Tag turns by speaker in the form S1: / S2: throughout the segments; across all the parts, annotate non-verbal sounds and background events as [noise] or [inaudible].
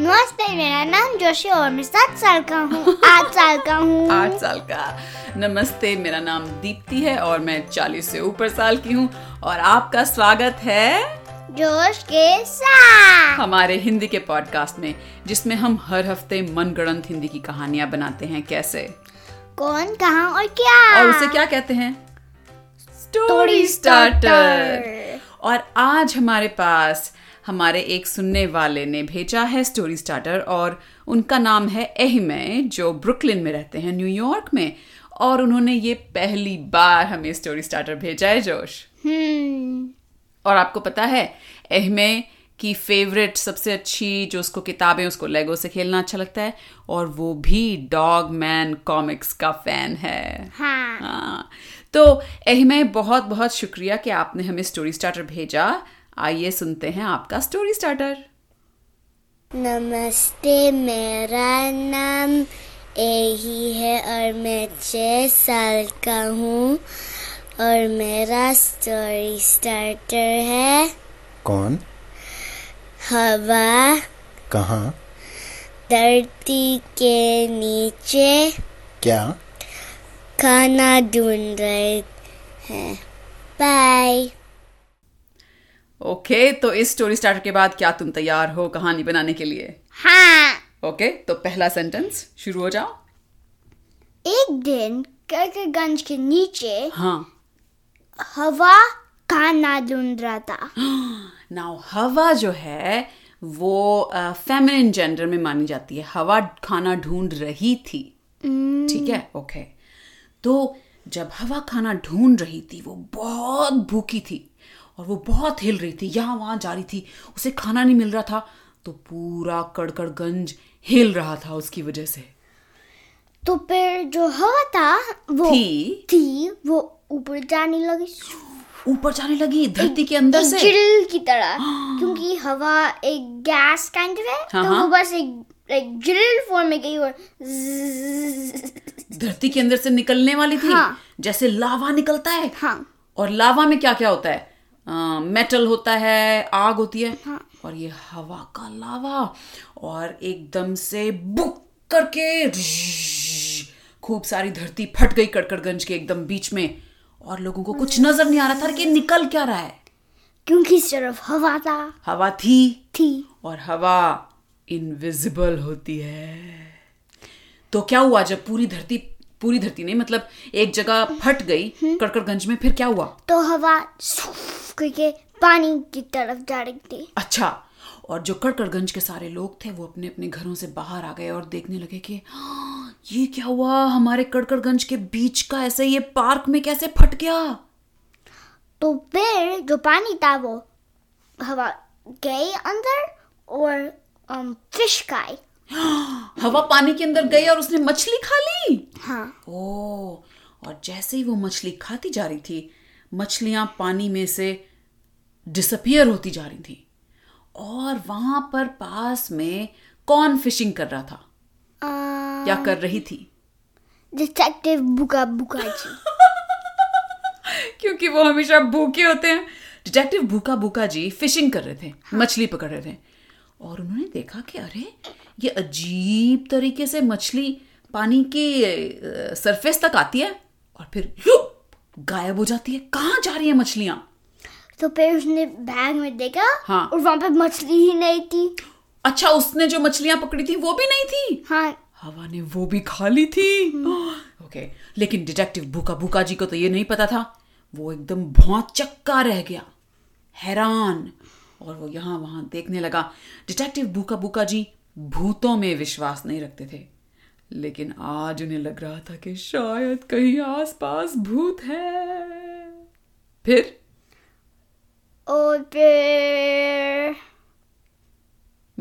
S1: नमस्ते मेरा नाम जोशी और मैं सात साल का हूँ आठ साल का हूँ
S2: आठ साल का नमस्ते मेरा नाम दीप्ति है और मैं चालीस से ऊपर साल की हूँ और आपका स्वागत है
S1: जोश के साथ
S2: हमारे हिंदी के पॉडकास्ट में जिसमें हम हर हफ्ते मनगढ़ंत हिंदी की कहानियां बनाते हैं कैसे
S1: कौन कहाँ और क्या
S2: और उसे क्या कहते हैं स्टोरी स्टार्टर और आज हमारे पास हमारे एक सुनने वाले ने भेजा है स्टोरी स्टार्टर और उनका नाम है एहिमे जो ब्रुकलिन में रहते हैं न्यूयॉर्क में और उन्होंने ये पहली बार हमें स्टोरी स्टार्टर भेजा है जोश
S1: हम्म
S2: और आपको पता है एहमे की फेवरेट सबसे अच्छी जो उसको किताबें उसको लेगो से खेलना अच्छा लगता है और वो भी डॉग मैन कॉमिक्स का फैन है
S1: हाँ
S2: हाँ तो एहमे बहुत बहुत शुक्रिया कि आपने हमें स्टोरी स्टार्टर भेजा आइए सुनते हैं आपका स्टोरी स्टार्टर
S1: नमस्ते मेरा नाम एही है और मैं छः साल का हूँ और मेरा स्टोरी स्टार्टर है
S3: कौन
S1: हवा
S3: कहाँ
S1: धरती के नीचे
S3: क्या
S1: खाना ढूंढ रहे हैं बाय
S2: ओके तो इस स्टोरी स्टार्टर के बाद क्या तुम तैयार हो कहानी बनाने के लिए
S1: हाँ
S2: ओके तो पहला सेंटेंस शुरू हो जाओ
S1: एक दिन करकगंज के नीचे
S2: हाँ
S1: हवा खाना ढूंढ रहा था
S2: नाउ हवा जो है वो फेमिनिन जेंडर में मानी जाती है हवा खाना ढूंढ रही थी
S1: Hmm.
S2: ठीक है ओके तो जब हवा खाना ढूंढ रही थी वो बहुत भूखी थी और वो बहुत हिल रही थी यहाँ वहाँ जा रही थी उसे खाना नहीं मिल रहा था तो पूरा कड़कड़गंज हिल रहा था उसकी वजह से
S1: तो फिर जो हवा था वो
S2: थी
S1: थी वो ऊपर जाने लगी
S2: ऊपर जाने लगी धरती के अंदर
S1: एक
S2: से
S1: चिल की तरह क्योंकि हवा एक गैस काइंड है
S2: हाँ,
S1: तो वो
S2: हाँ।
S1: बस एक लाइक जिल फॉर्म में गई और zzz,
S2: धरती के अंदर से निकलने वाली थी
S1: हाँ।
S2: जैसे लावा निकलता है
S1: हाँ
S2: और लावा में क्या क्या होता है अ, मेटल होता है आग होती है और ये हवा का लावा और एकदम से बुक करके खूब सारी धरती फट गई कड़कड़गंज के एकदम बीच में और लोगों को कुछ नजर नहीं आ रहा था कि निकल क्या रहा है
S1: क्योंकि सिर्फ हवा था
S2: हवा थी
S1: थी
S2: और हवा इनविजिबल होती है तो क्या हुआ जब पूरी धरती पूरी धरती ने मतलब एक जगह फट गई कड़कड़गंज में फिर क्या हुआ
S1: तो हवा सूफ करके पानी की तरफ जा रही थी
S2: अच्छा और जो कड़कड़गंज के सारे लोग थे वो अपने अपने घरों से बाहर आ गए और देखने लगे कि "हाँ, ये क्या हुआ हमारे कड़कड़गंज के बीच का ऐसे ये पार्क में कैसे फट गया
S1: तो फिर जो पानी था वो हवा गई अंदर और um, फिश खाई
S2: हाँ, हवा पानी के अंदर गई और उसने मछली खा ली
S1: हाँ
S2: ओ और जैसे ही वो मछली खाती जा रही थी मछलियां पानी में से डिसअपियर होती जा रही थी और वहां पर पास में कौन फिशिंग कर रहा था
S1: डिटेक्टिव
S2: या कर रही थी
S1: बुका बुका
S2: [laughs]
S1: जी
S2: क्योंकि वो हमेशा भूखे होते हैं डिटेक्टिव भूखा भूखा जी फिशिंग कर रहे थे मछली पकड़ रहे थे और उन्होंने देखा कि अरे ये अजीब तरीके से मछली पानी के सरफेस तक आती है और फिर हुप, गायब हो जाती है कहाँ जा रही है मछलियां
S1: तो फिर उसने बैग में देखा
S2: हाँ।
S1: और वहां पे मछली ही नहीं थी
S2: अच्छा उसने जो मछलियां पकड़ी थी वो भी नहीं थी
S1: हाँ
S2: हवा ने वो भी खा ली थी ओके लेकिन डिटेक्टिव भूखा भूखा जी को तो ये नहीं पता था वो एकदम भौंचक्का रह गया हैरान और वो यहाँ वहाँ देखने लगा डिटेक्टिव भूखा भूखा जी भूतों में विश्वास नहीं रखते थे लेकिन आज उन्हें लग रहा था कि शायद कहीं आसपास भूत है फिर
S1: और फिर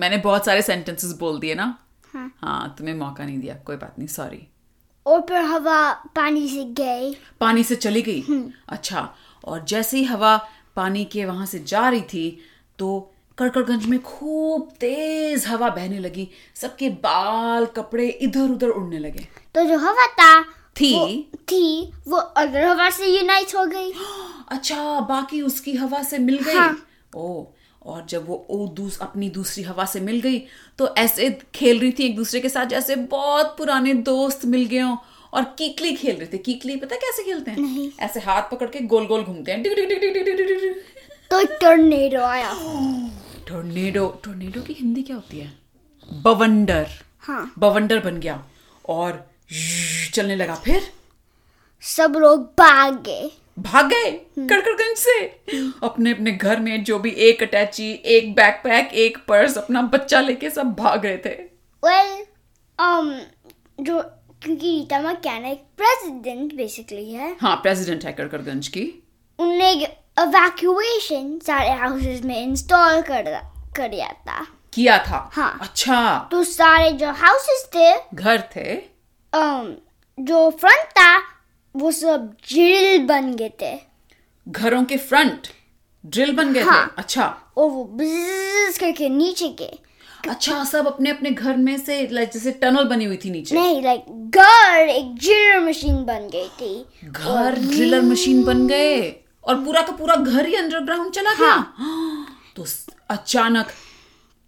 S2: मैंने बहुत सारे सेंटेंसेस बोल दिए ना
S1: हाँ।
S2: हाँ तुम्हें मौका नहीं दिया कोई बात नहीं सॉरी
S1: और फिर हवा पानी से गई
S2: पानी से चली गई अच्छा और जैसे ही हवा पानी के वहां से जा रही थी तो कड़कड़गंज में खूब तेज हवा बहने लगी सबके बाल कपड़े इधर उधर उड़ने लगे
S1: तो जो हवा था
S2: थी
S1: वो- थी वो अदर हवा से यूनाइट हो गई
S2: अच्छा बाकी उसकी हवा से मिल गई
S1: हाँ।
S2: ओ और जब वो ओ दूस अपनी दूसरी हवा से मिल गई तो ऐसे खेल रही थी एक दूसरे के साथ जैसे बहुत पुराने दोस्त मिल गए हों और कीकली खेल रहे थे कीकली पता है कैसे खेलते हैं ऐसे हाथ पकड़ के गोल गोल घूमते हैं डिग डिग डिग डिग डिग डिग डिग डिग।
S1: तो टोर्नेडो आया
S2: टोर्नेडो टोर्नेडो की हिंदी क्या होती है बवंडर
S1: हाँ।
S2: बवंडर बन गया और zzz चलने लगा फिर
S1: सब लोग भागे
S2: भाग गए कड़कड़गंज से अपने अपने घर में जो भी एक अटैची एक बैकपैक एक पर्स अपना बच्चा लेके सब भाग रहे थे
S1: वेल um जो क्योंकि रीता मैकेना एक प्रेसिडेंट बेसिकली है
S2: हाँ प्रेसिडेंट है कड़कड़गंज की
S1: उनने evacuation सारे हाउसेस में इंस्टॉल कर कर दिया था
S2: किया था
S1: हाँ।
S2: अच्छा
S1: तो सारे जो हाउसेस थे
S2: घर थे
S1: um, जो फ्रंट था वो सब जेल बन गए थे
S2: घरों के फ्रंट ड्रिल बन गए
S1: हाँ।
S2: थे अच्छा
S1: और वो बिज करके नीचे गए
S2: अच्छा सब अपने अपने घर में से like, जैसे टनल बनी हुई थी नीचे
S1: नहीं लाइक घर एक ड्रिलर मशीन बन गई थी
S2: घर ड्रिलर मशीन बन गए और पूरा का पूरा घर ही अंडरग्राउंड चला गया हाँ। तो स- अचानक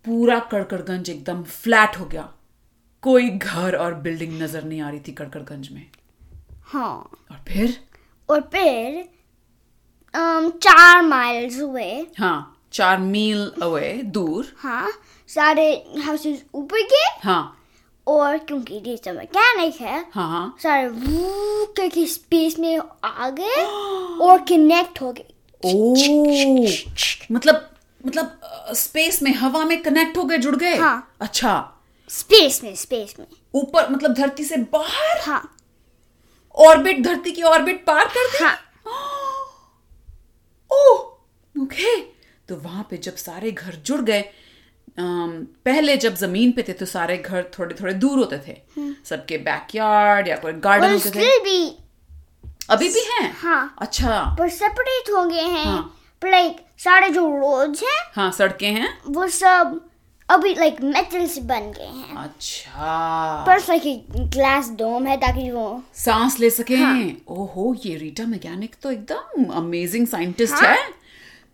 S2: पूरा कड़कड़गंज एकदम फ्लैट हो गया कोई घर और बिल्डिंग नजर नहीं आ रही थी कड़कड़गंज में
S1: हाँ
S2: और फिर
S1: और फिर um, चार माइल्स हुए
S2: हाँ चार मील अवे दूर
S1: हाँ सारे हाउसेस ऊपर गए
S2: हाँ
S1: और क्योंकि डेटा मैकेनिक है
S2: हाँ हाँ
S1: सारे वू करके स्पेस में आ गए और कनेक्ट हो गए
S2: ओ मतलब मतलब स्पेस में हवा में कनेक्ट हो गए जुड़ गए
S1: हाँ।
S2: अच्छा
S1: स्पेस में स्पेस में
S2: ऊपर मतलब धरती से बाहर
S1: हाँ
S2: ऑर्बिट धरती की ऑर्बिट पार कर दी
S1: हाँ
S2: ओह ओके तो वहां पे जब सारे घर जुड़ गए अम, पहले जब जमीन पे थे तो सारे घर थोड़े थोड़े दूर होते थे सबके बैकयार्ड या कोई गार्डन
S1: पर
S2: होते थे
S1: स्टिल भी
S2: अभी भी हैं
S1: हाँ।
S2: अच्छा
S1: पर सेपरेट हो गए हैं
S2: हाँ।
S1: पर लाइक सारे जो रोड्स हैं
S2: हाँ सड़कें हैं
S1: वो सब अभी लाइक मेटल से बन गए हैं
S2: अच्छा
S1: पर लाइक ग्लास डोम है ताकि वो
S2: सांस ले सके ओहो ये रीटा मैकेनिक तो एकदम अमेजिंग साइंटिस्ट
S1: हाँ।
S2: है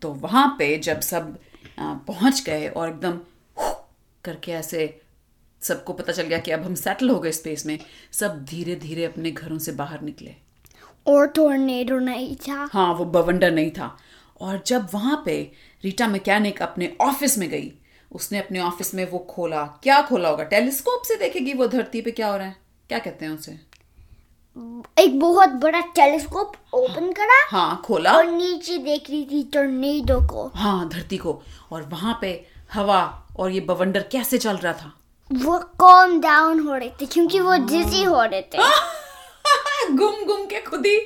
S2: तो वहां पे जब सब आ, पहुंच गए और एकदम करके ऐसे सबको पता चल गया कि अब हम सेटल हो गए स्पेस में सब धीरे धीरे अपने घरों से बाहर निकले
S1: और टोर्नेडो नहीं था
S2: हाँ वो बवंडर नहीं था और जब वहां पे रीटा मैकेनिक अपने ऑफिस में गई उसने अपने ऑफिस में वो खोला क्या खोला होगा टेलीस्कोप से देखेगी वो धरती पे क्या हो रहा है क्या कहते हैं उसे
S1: एक बहुत बड़ा टेलीस्कोप ओपन करा
S2: हाँ खोला
S1: और नीचे देख रही थी टोर्नेडो को
S2: हाँ धरती को और वहां पे हवा और ये बवंडर कैसे चल रहा था
S1: वो कॉम डाउन हो रहे थे क्योंकि वो
S2: हाँ।
S1: डिजी हो रहे थे
S2: घूम घूम के खुद ही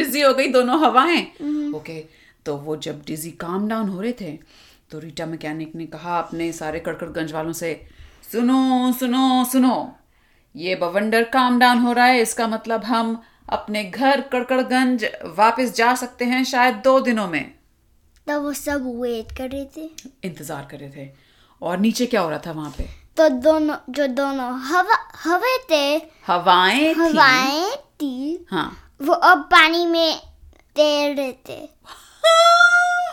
S2: डिजी हो गई दोनों हवाएं ओके तो वो जब डिजी काम डाउन हो रहे थे तो रीटा मैकेनिक ने कहा अपने सारे कड़कड़गंज वालों से सुनो सुनो सुनो ये बवंडर काम डाउन हो रहा है इसका मतलब हम अपने घर कड़कड़गंज वापस जा सकते हैं शायद दो दिनों में
S1: तो वो सब वेट कर रहे थे
S2: इंतजार कर रहे थे और नीचे क्या हो रहा था वहां पे
S1: तो दोनों जो दोनों हवा हवे थे
S2: हवाएं थीं।
S1: हवाएं थी
S2: हाँ
S1: वो अब पानी में तैर रहे थे
S2: हाँ,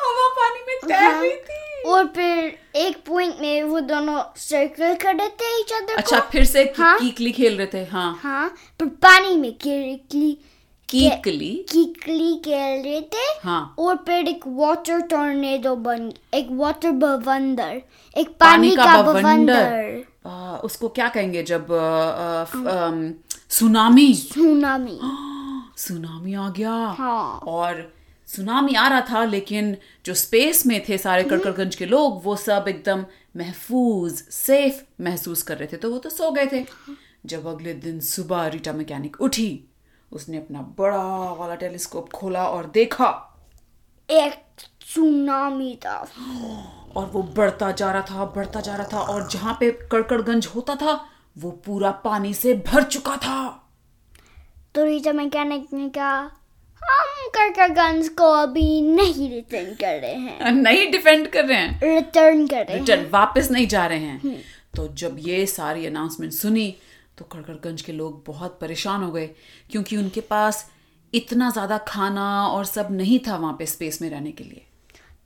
S2: हवा पानी में तैर
S1: हाँ।
S2: रही थी
S1: और फिर एक पॉइंट में वो दोनों सर्कल कर रहे थे each other
S2: अच्छा
S1: को
S2: फिर से की,
S1: हाँ।
S2: कीकली खेल रहे थे हाँ
S1: हाँ पर पानी में किरकली
S2: कीकली
S1: किकली खेल रहे थे
S2: हाँ
S1: और फिर एक वाटर टोर्नेडो बन एक वाटर बवंडर एक पानी
S2: पानी का
S1: का
S2: बवंडर।
S1: बवंडर
S2: आ, उसको क्या कहेंगे जब आ, आ, फ- अम, सुनामी
S1: सुनामी
S2: सुनामी आ गया
S1: हाँ।
S2: और सुनामी आ रहा था लेकिन जो स्पेस में थे सारे कड़कड़गंज के लोग वो सब एकदम महफूज सेफ महसूस कर रहे थे तो वो तो सो गए थे जब अगले दिन सुबह रीटा मैकेनिक उठी उसने अपना बड़ा वाला टेलीस्कोप खोला और देखा
S1: एक सुनामी था
S2: और वो बढ़ता जा रहा था बढ़ता जा रहा था और जहां पे कड़कड़गंज होता था वो पूरा पानी से भर चुका था
S1: तो रीटा मैकेनिक ने कहा हम करकागंज को अभी नहीं रिटर्न कर रहे हैं
S2: [laughs] नहीं डिफेंड कर रहे हैं
S1: रिटर्न कर रहे हैं
S2: रिटर्न वापस नहीं जा रहे
S1: हम्म।
S2: हैं तो जब ये सारी अनाउंसमेंट सुनी तो कड़कड़गंज के लोग बहुत परेशान हो गए क्योंकि उनके पास इतना ज्यादा खाना और सब नहीं था वहां पे स्पेस में रहने के लिए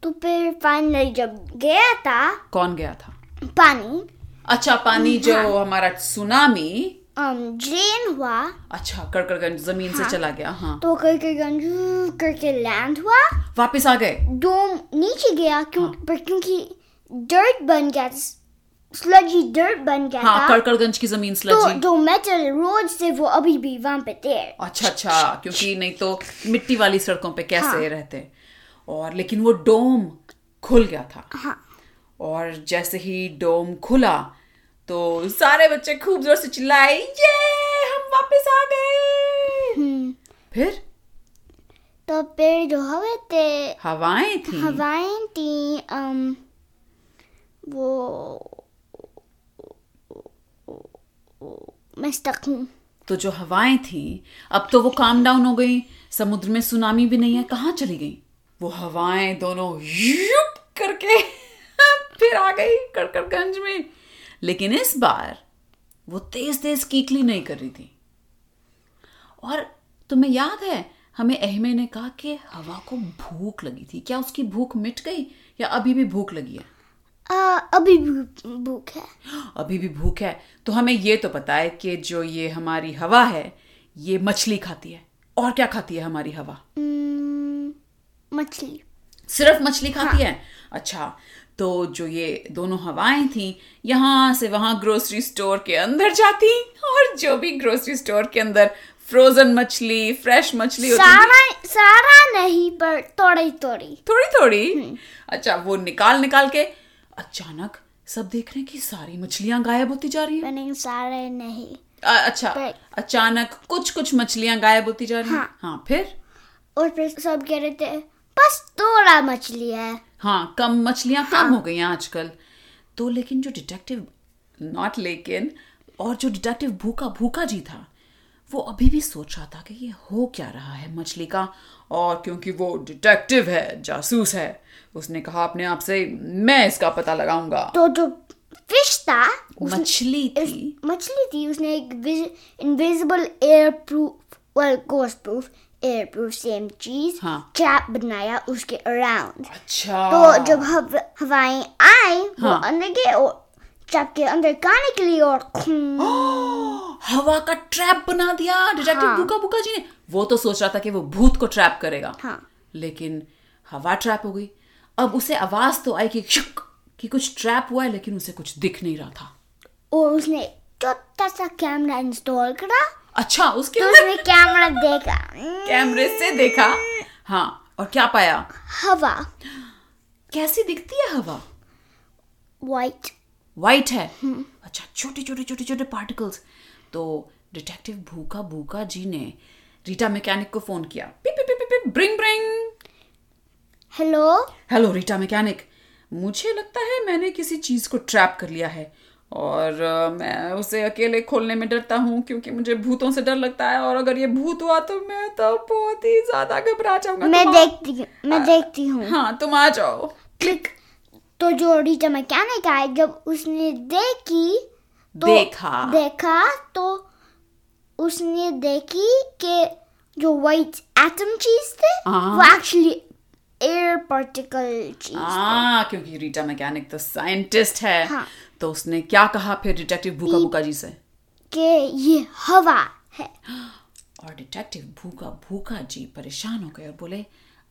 S1: तो फिर फाइनली जब गया था
S2: कौन गया था
S1: पानी
S2: अच्छा पानी
S1: हम्म,
S2: जो
S1: हाँ।
S2: हमारा सुनामी
S1: um, ड्रेन हुआ
S2: अच्छा कड़कड़गंज जमीन से चला गया हाँ
S1: तो करके गंजू करके लैंड हुआ
S2: वापस आ गए
S1: दो नीचे गया क्यों पर क्योंकि डर्ट बन गया स्लजी डर्ट बन गया
S2: हाँ
S1: था
S2: कड़कड़गंज की जमीन
S1: तो
S2: स्लजी
S1: जो मेटल रोड से वो अभी भी वहां पे थे
S2: अच्छा अच्छा क्योंकि नहीं तो मिट्टी वाली सड़कों पे कैसे
S1: हाँ।
S2: रहते और लेकिन वो डोम खुल गया था
S1: हाँ
S2: और जैसे ही डोम खुला तो सारे बच्चे खूब जोर से चिल्लाए ये हम वापस आ गए फिर
S1: तो फिर जो हवा थे
S2: हवाएं थी
S1: हवाएं थी um, वो मैं स्टक हूँ
S2: तो जो हवाएं थी अब तो वो काम डाउन हो गई समुद्र में सुनामी भी नहीं है कहाँ चली गई वो हवाएं दोनों युप करके [laughs] फिर आ गई कड़कड़गंज में लेकिन इस बार वो तेज तेज कीकली नहीं कर रही थी और तुम्हें याद है हमें अहमे ने कहा कि हवा को भूख लगी थी क्या उसकी भूख मिट गई या अभी भी भूख लगी है
S1: आ, अभी भी भूख है
S2: अभी भी भूख है तो हमें ये तो पता है कि जो ये हमारी हवा है ये मछली खाती है और क्या खाती है हमारी हवा
S1: Hmm, मछली
S2: सिर्फ मछली खाती है अच्छा तो जो ये दोनों हवाएं थी यहाँ से वहाँ ग्रोसरी स्टोर के अंदर जाती और जो भी ग्रोसरी स्टोर के अंदर फ्रोजन मछली फ्रेश मछली होती थी,
S1: सारा सारा नहीं पर थोड़ी थोड़ी
S2: थोड़ी थोड़ी अच्छा वो निकाल निकाल के अचानक सब देख रहे हैं कि सारी मछलियां गायब होती जा रही हैं
S1: मैंने सारे नहीं
S2: अ- अच्छा
S1: पर-
S2: अचानक कुछ कुछ मछलियां गायब होती जा रही हैं
S1: हाँ।
S2: हाँ फिर
S1: और फिर सब कह रहे थे बस थोड़ा मछली है
S2: हाँ कम मछलियां कम हो गई हैं आजकल तो लेकिन जो डिटेक्टिव नॉट लेकिन और जो डिटेक्टिव भूखा भूखा जी था वो अभी भी सोच रहा था कि ये हो क्या रहा है मछली का और क्योंकि वो डिटेक्टिव है जासूस है उसने कहा अपने आप से मैं इसका पता लगाऊंगा
S1: तो जो फिश था उस-
S2: मछली
S1: इस-
S2: थी
S1: मछली थी उसने एक invisible air proof well ghost proof air proof same चीज
S2: हाँ।
S1: ट्रैप बनाया उसके अराउंड
S2: अच्छा
S1: तो जब हव, हवाएं आई वो
S2: हाँ।
S1: अंदर गए और ट्रैप के अंदर खाने के लिए और खून
S2: हाँ। हवा का ट्रैप बना दिया डिटेक्टिव
S1: हाँ।
S2: बुका बुका जी ने वो तो सोच रहा था कि वो भूत को ट्रैप करेगा
S1: हाँ।
S2: लेकिन हवा ट्रैप हो गई अब उसे आवाज तो आई कि शुक कि कुछ ट्रैप हुआ है लेकिन उसे कुछ दिख नहीं रहा था
S1: और उसने छोटा सा कैमरा इंस्टॉल करा
S2: अच्छा उसके
S1: तो
S2: अंदर
S1: उसने कैमरा देखा
S2: कैमरे से देखा हाँ और क्या पाया
S1: हवा
S2: कैसी दिखती है हवा
S1: वाइट
S2: वाइट है
S1: हम्म।
S2: अच्छा छोटे छोटे छोटे छोटे पार्टिकल्स तो डिटेक्टिव भूखा भूखा जी ने रीटा मैकेनिक को फोन किया पिप पिप पिप पिप bring bring
S1: hello
S2: hello Rita mechanic मुझे लगता है मैंने किसी चीज़ को ट्रैप कर लिया है और अ, मैं उसे अकेले खोलने में डरता हूँ क्योंकि मुझे भूतों से डर लगता है और अगर ये भूत हुआ तो मैं तो बहुत ही ज़्यादा घबरा जाऊंगा
S1: मैं
S2: तुम आ-
S1: देखती हूँ मैं देखती हूँ
S2: तो हाँ तुम आ जाओ
S1: क्लिक तो जो रीटा मैकेनिक आए जब उसने देखी तो
S2: देखा।
S1: देखा तो उसने देखी कि जो वाइट एटम चीज थे
S2: हाँ।
S1: वो एक्चुअली एयर पार्टिकल चीज
S2: हाँ क्योंकि रीटा मैकेनिक तो साइंटिस्ट है
S1: हाँ।
S2: तो उसने क्या कहा फिर डिटेक्टिव भूखा भूखा जी से
S1: के ये हवा है
S2: और डिटेक्टिव भूखा भूखा जी परेशान हो गए और बोले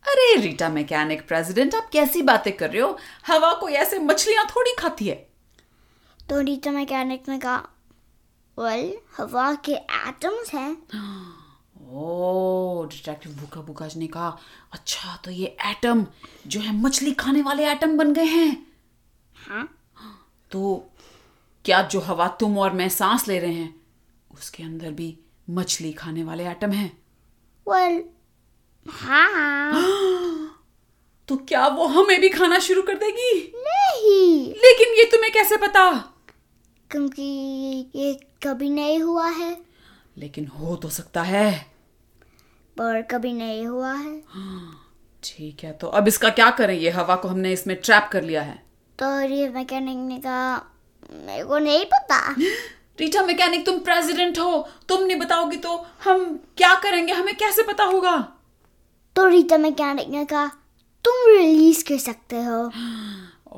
S2: अरे रीटा मैकेनिक प्रेसिडेंट आप कैसी बातें कर रहे हो हवा कोई ऐसे मछलियां थोड़ी खाती है
S1: तो रीटा मैकेनिक ने कहा वेल हवा के एटम्स हैं
S2: ओ डिटेक्टिव भूखा भूखा जी ने कहा अच्छा तो ये एटम जो है मछली खाने वाले एटम बन गए हैं
S1: हाँ
S2: तो क्या जो हवा तुम और मैं सांस ले रहे हैं उसके अंदर भी मछली खाने वाले एटम हैं
S1: वेल
S2: [gasps]
S1: हाँ
S2: तो क्या वो हमें भी खाना शुरू कर देगी
S1: नहीं
S2: लेकिन ये तुम्हें कैसे पता
S1: क्योंकि ये कभी नहीं हुआ है
S2: लेकिन हो तो सकता है
S1: पर कभी नहीं हुआ है
S2: ठीक है तो अब इसका क्या करें ये हवा को हमने इसमें ट्रैप कर लिया है
S1: तो ये मैकेनिक ने कहा मेरे को नहीं पता
S2: रीटा मैकेनिक तुम प्रेसिडेंट हो तुम नहीं बताओगी तो हम क्या करेंगे हमें कैसे पता होगा
S1: तो रीटा मैकेनिक ने कहा
S3: तुम रिलीज कर सकते हो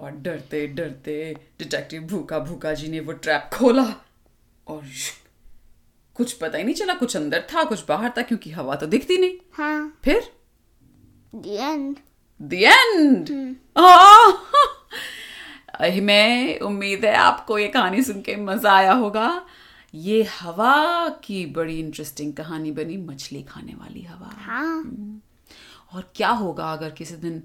S2: और डरते डरते डिटेक्टिव भूखा भूखा जी ने वो ट्रैप खोला और शुक, कुछ पता ही नहीं चला कुछ अंदर था कुछ बाहर था क्योंकि हवा तो दिखती नहीं
S3: हाँ
S2: फिर
S3: the end.
S2: द एंड मैं उम्मीद है आपको ये कहानी सुन के मजा आया होगा ये हवा की बड़ी इंटरेस्टिंग कहानी बनी मछली खाने वाली हवा
S3: हाँ
S2: और क्या होगा अगर किसी दिन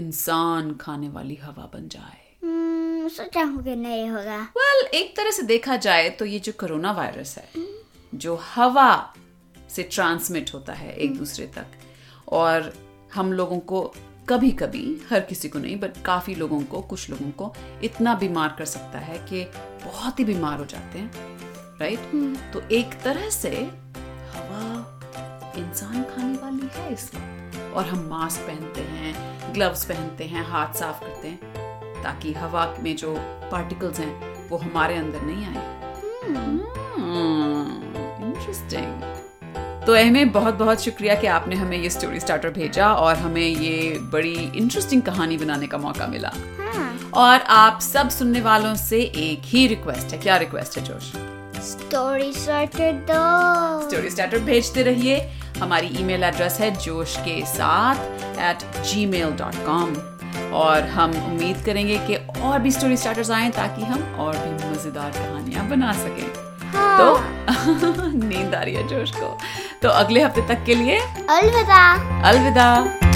S2: इंसान खाने वाली हवा बन जाए
S3: हम्म, सोचा हूँ कि नहीं होगा
S2: वेल well, एक तरह से देखा जाए तो ये जो कोरोना वायरस है जो हवा से ट्रांसमिट होता है एक दूसरे तक और हम लोगों को कभी कभी हर किसी को नहीं बट काफ़ी लोगों को कुछ लोगों को इतना बीमार कर सकता है कि बहुत ही बीमार हो जाते हैं राइट तो एक तरह से हवा इंसान खाने वाली है इस वक्त और हम मास्क पहनते हैं ग्लव्स पहनते हैं हाथ साफ करते हैं ताकि हवा में जो पार्टिकल्स हैं वो हमारे अंदर नहीं आए इंटरेस्टिंग तो अहमे बहुत बहुत शुक्रिया कि आपने हमें ये स्टोरी स्टार्टर भेजा और हमें ये बड़ी इंटरेस्टिंग कहानी बनाने का मौका मिला
S3: हाँ
S2: और आप सब सुनने वालों से एक ही रिक्वेस्ट है क्या रिक्वेस्ट है जोश
S3: स्टोरी starter दो
S2: स्टोरी स्टार्टर भेजते रहिए हमारी ईमेल एड्रेस है जोश के साथ at gmail dot com और हम उम्मीद करेंगे कि और भी स्टोरी स्टार्टर्स आए ताकि हम और भी मजेदार कहानियां बना सकें
S3: हाँ,
S2: तो [laughs] नींद आ रही है जोश को तो अगले हफ्ते तक के लिए
S3: अलविदा
S2: अलविदा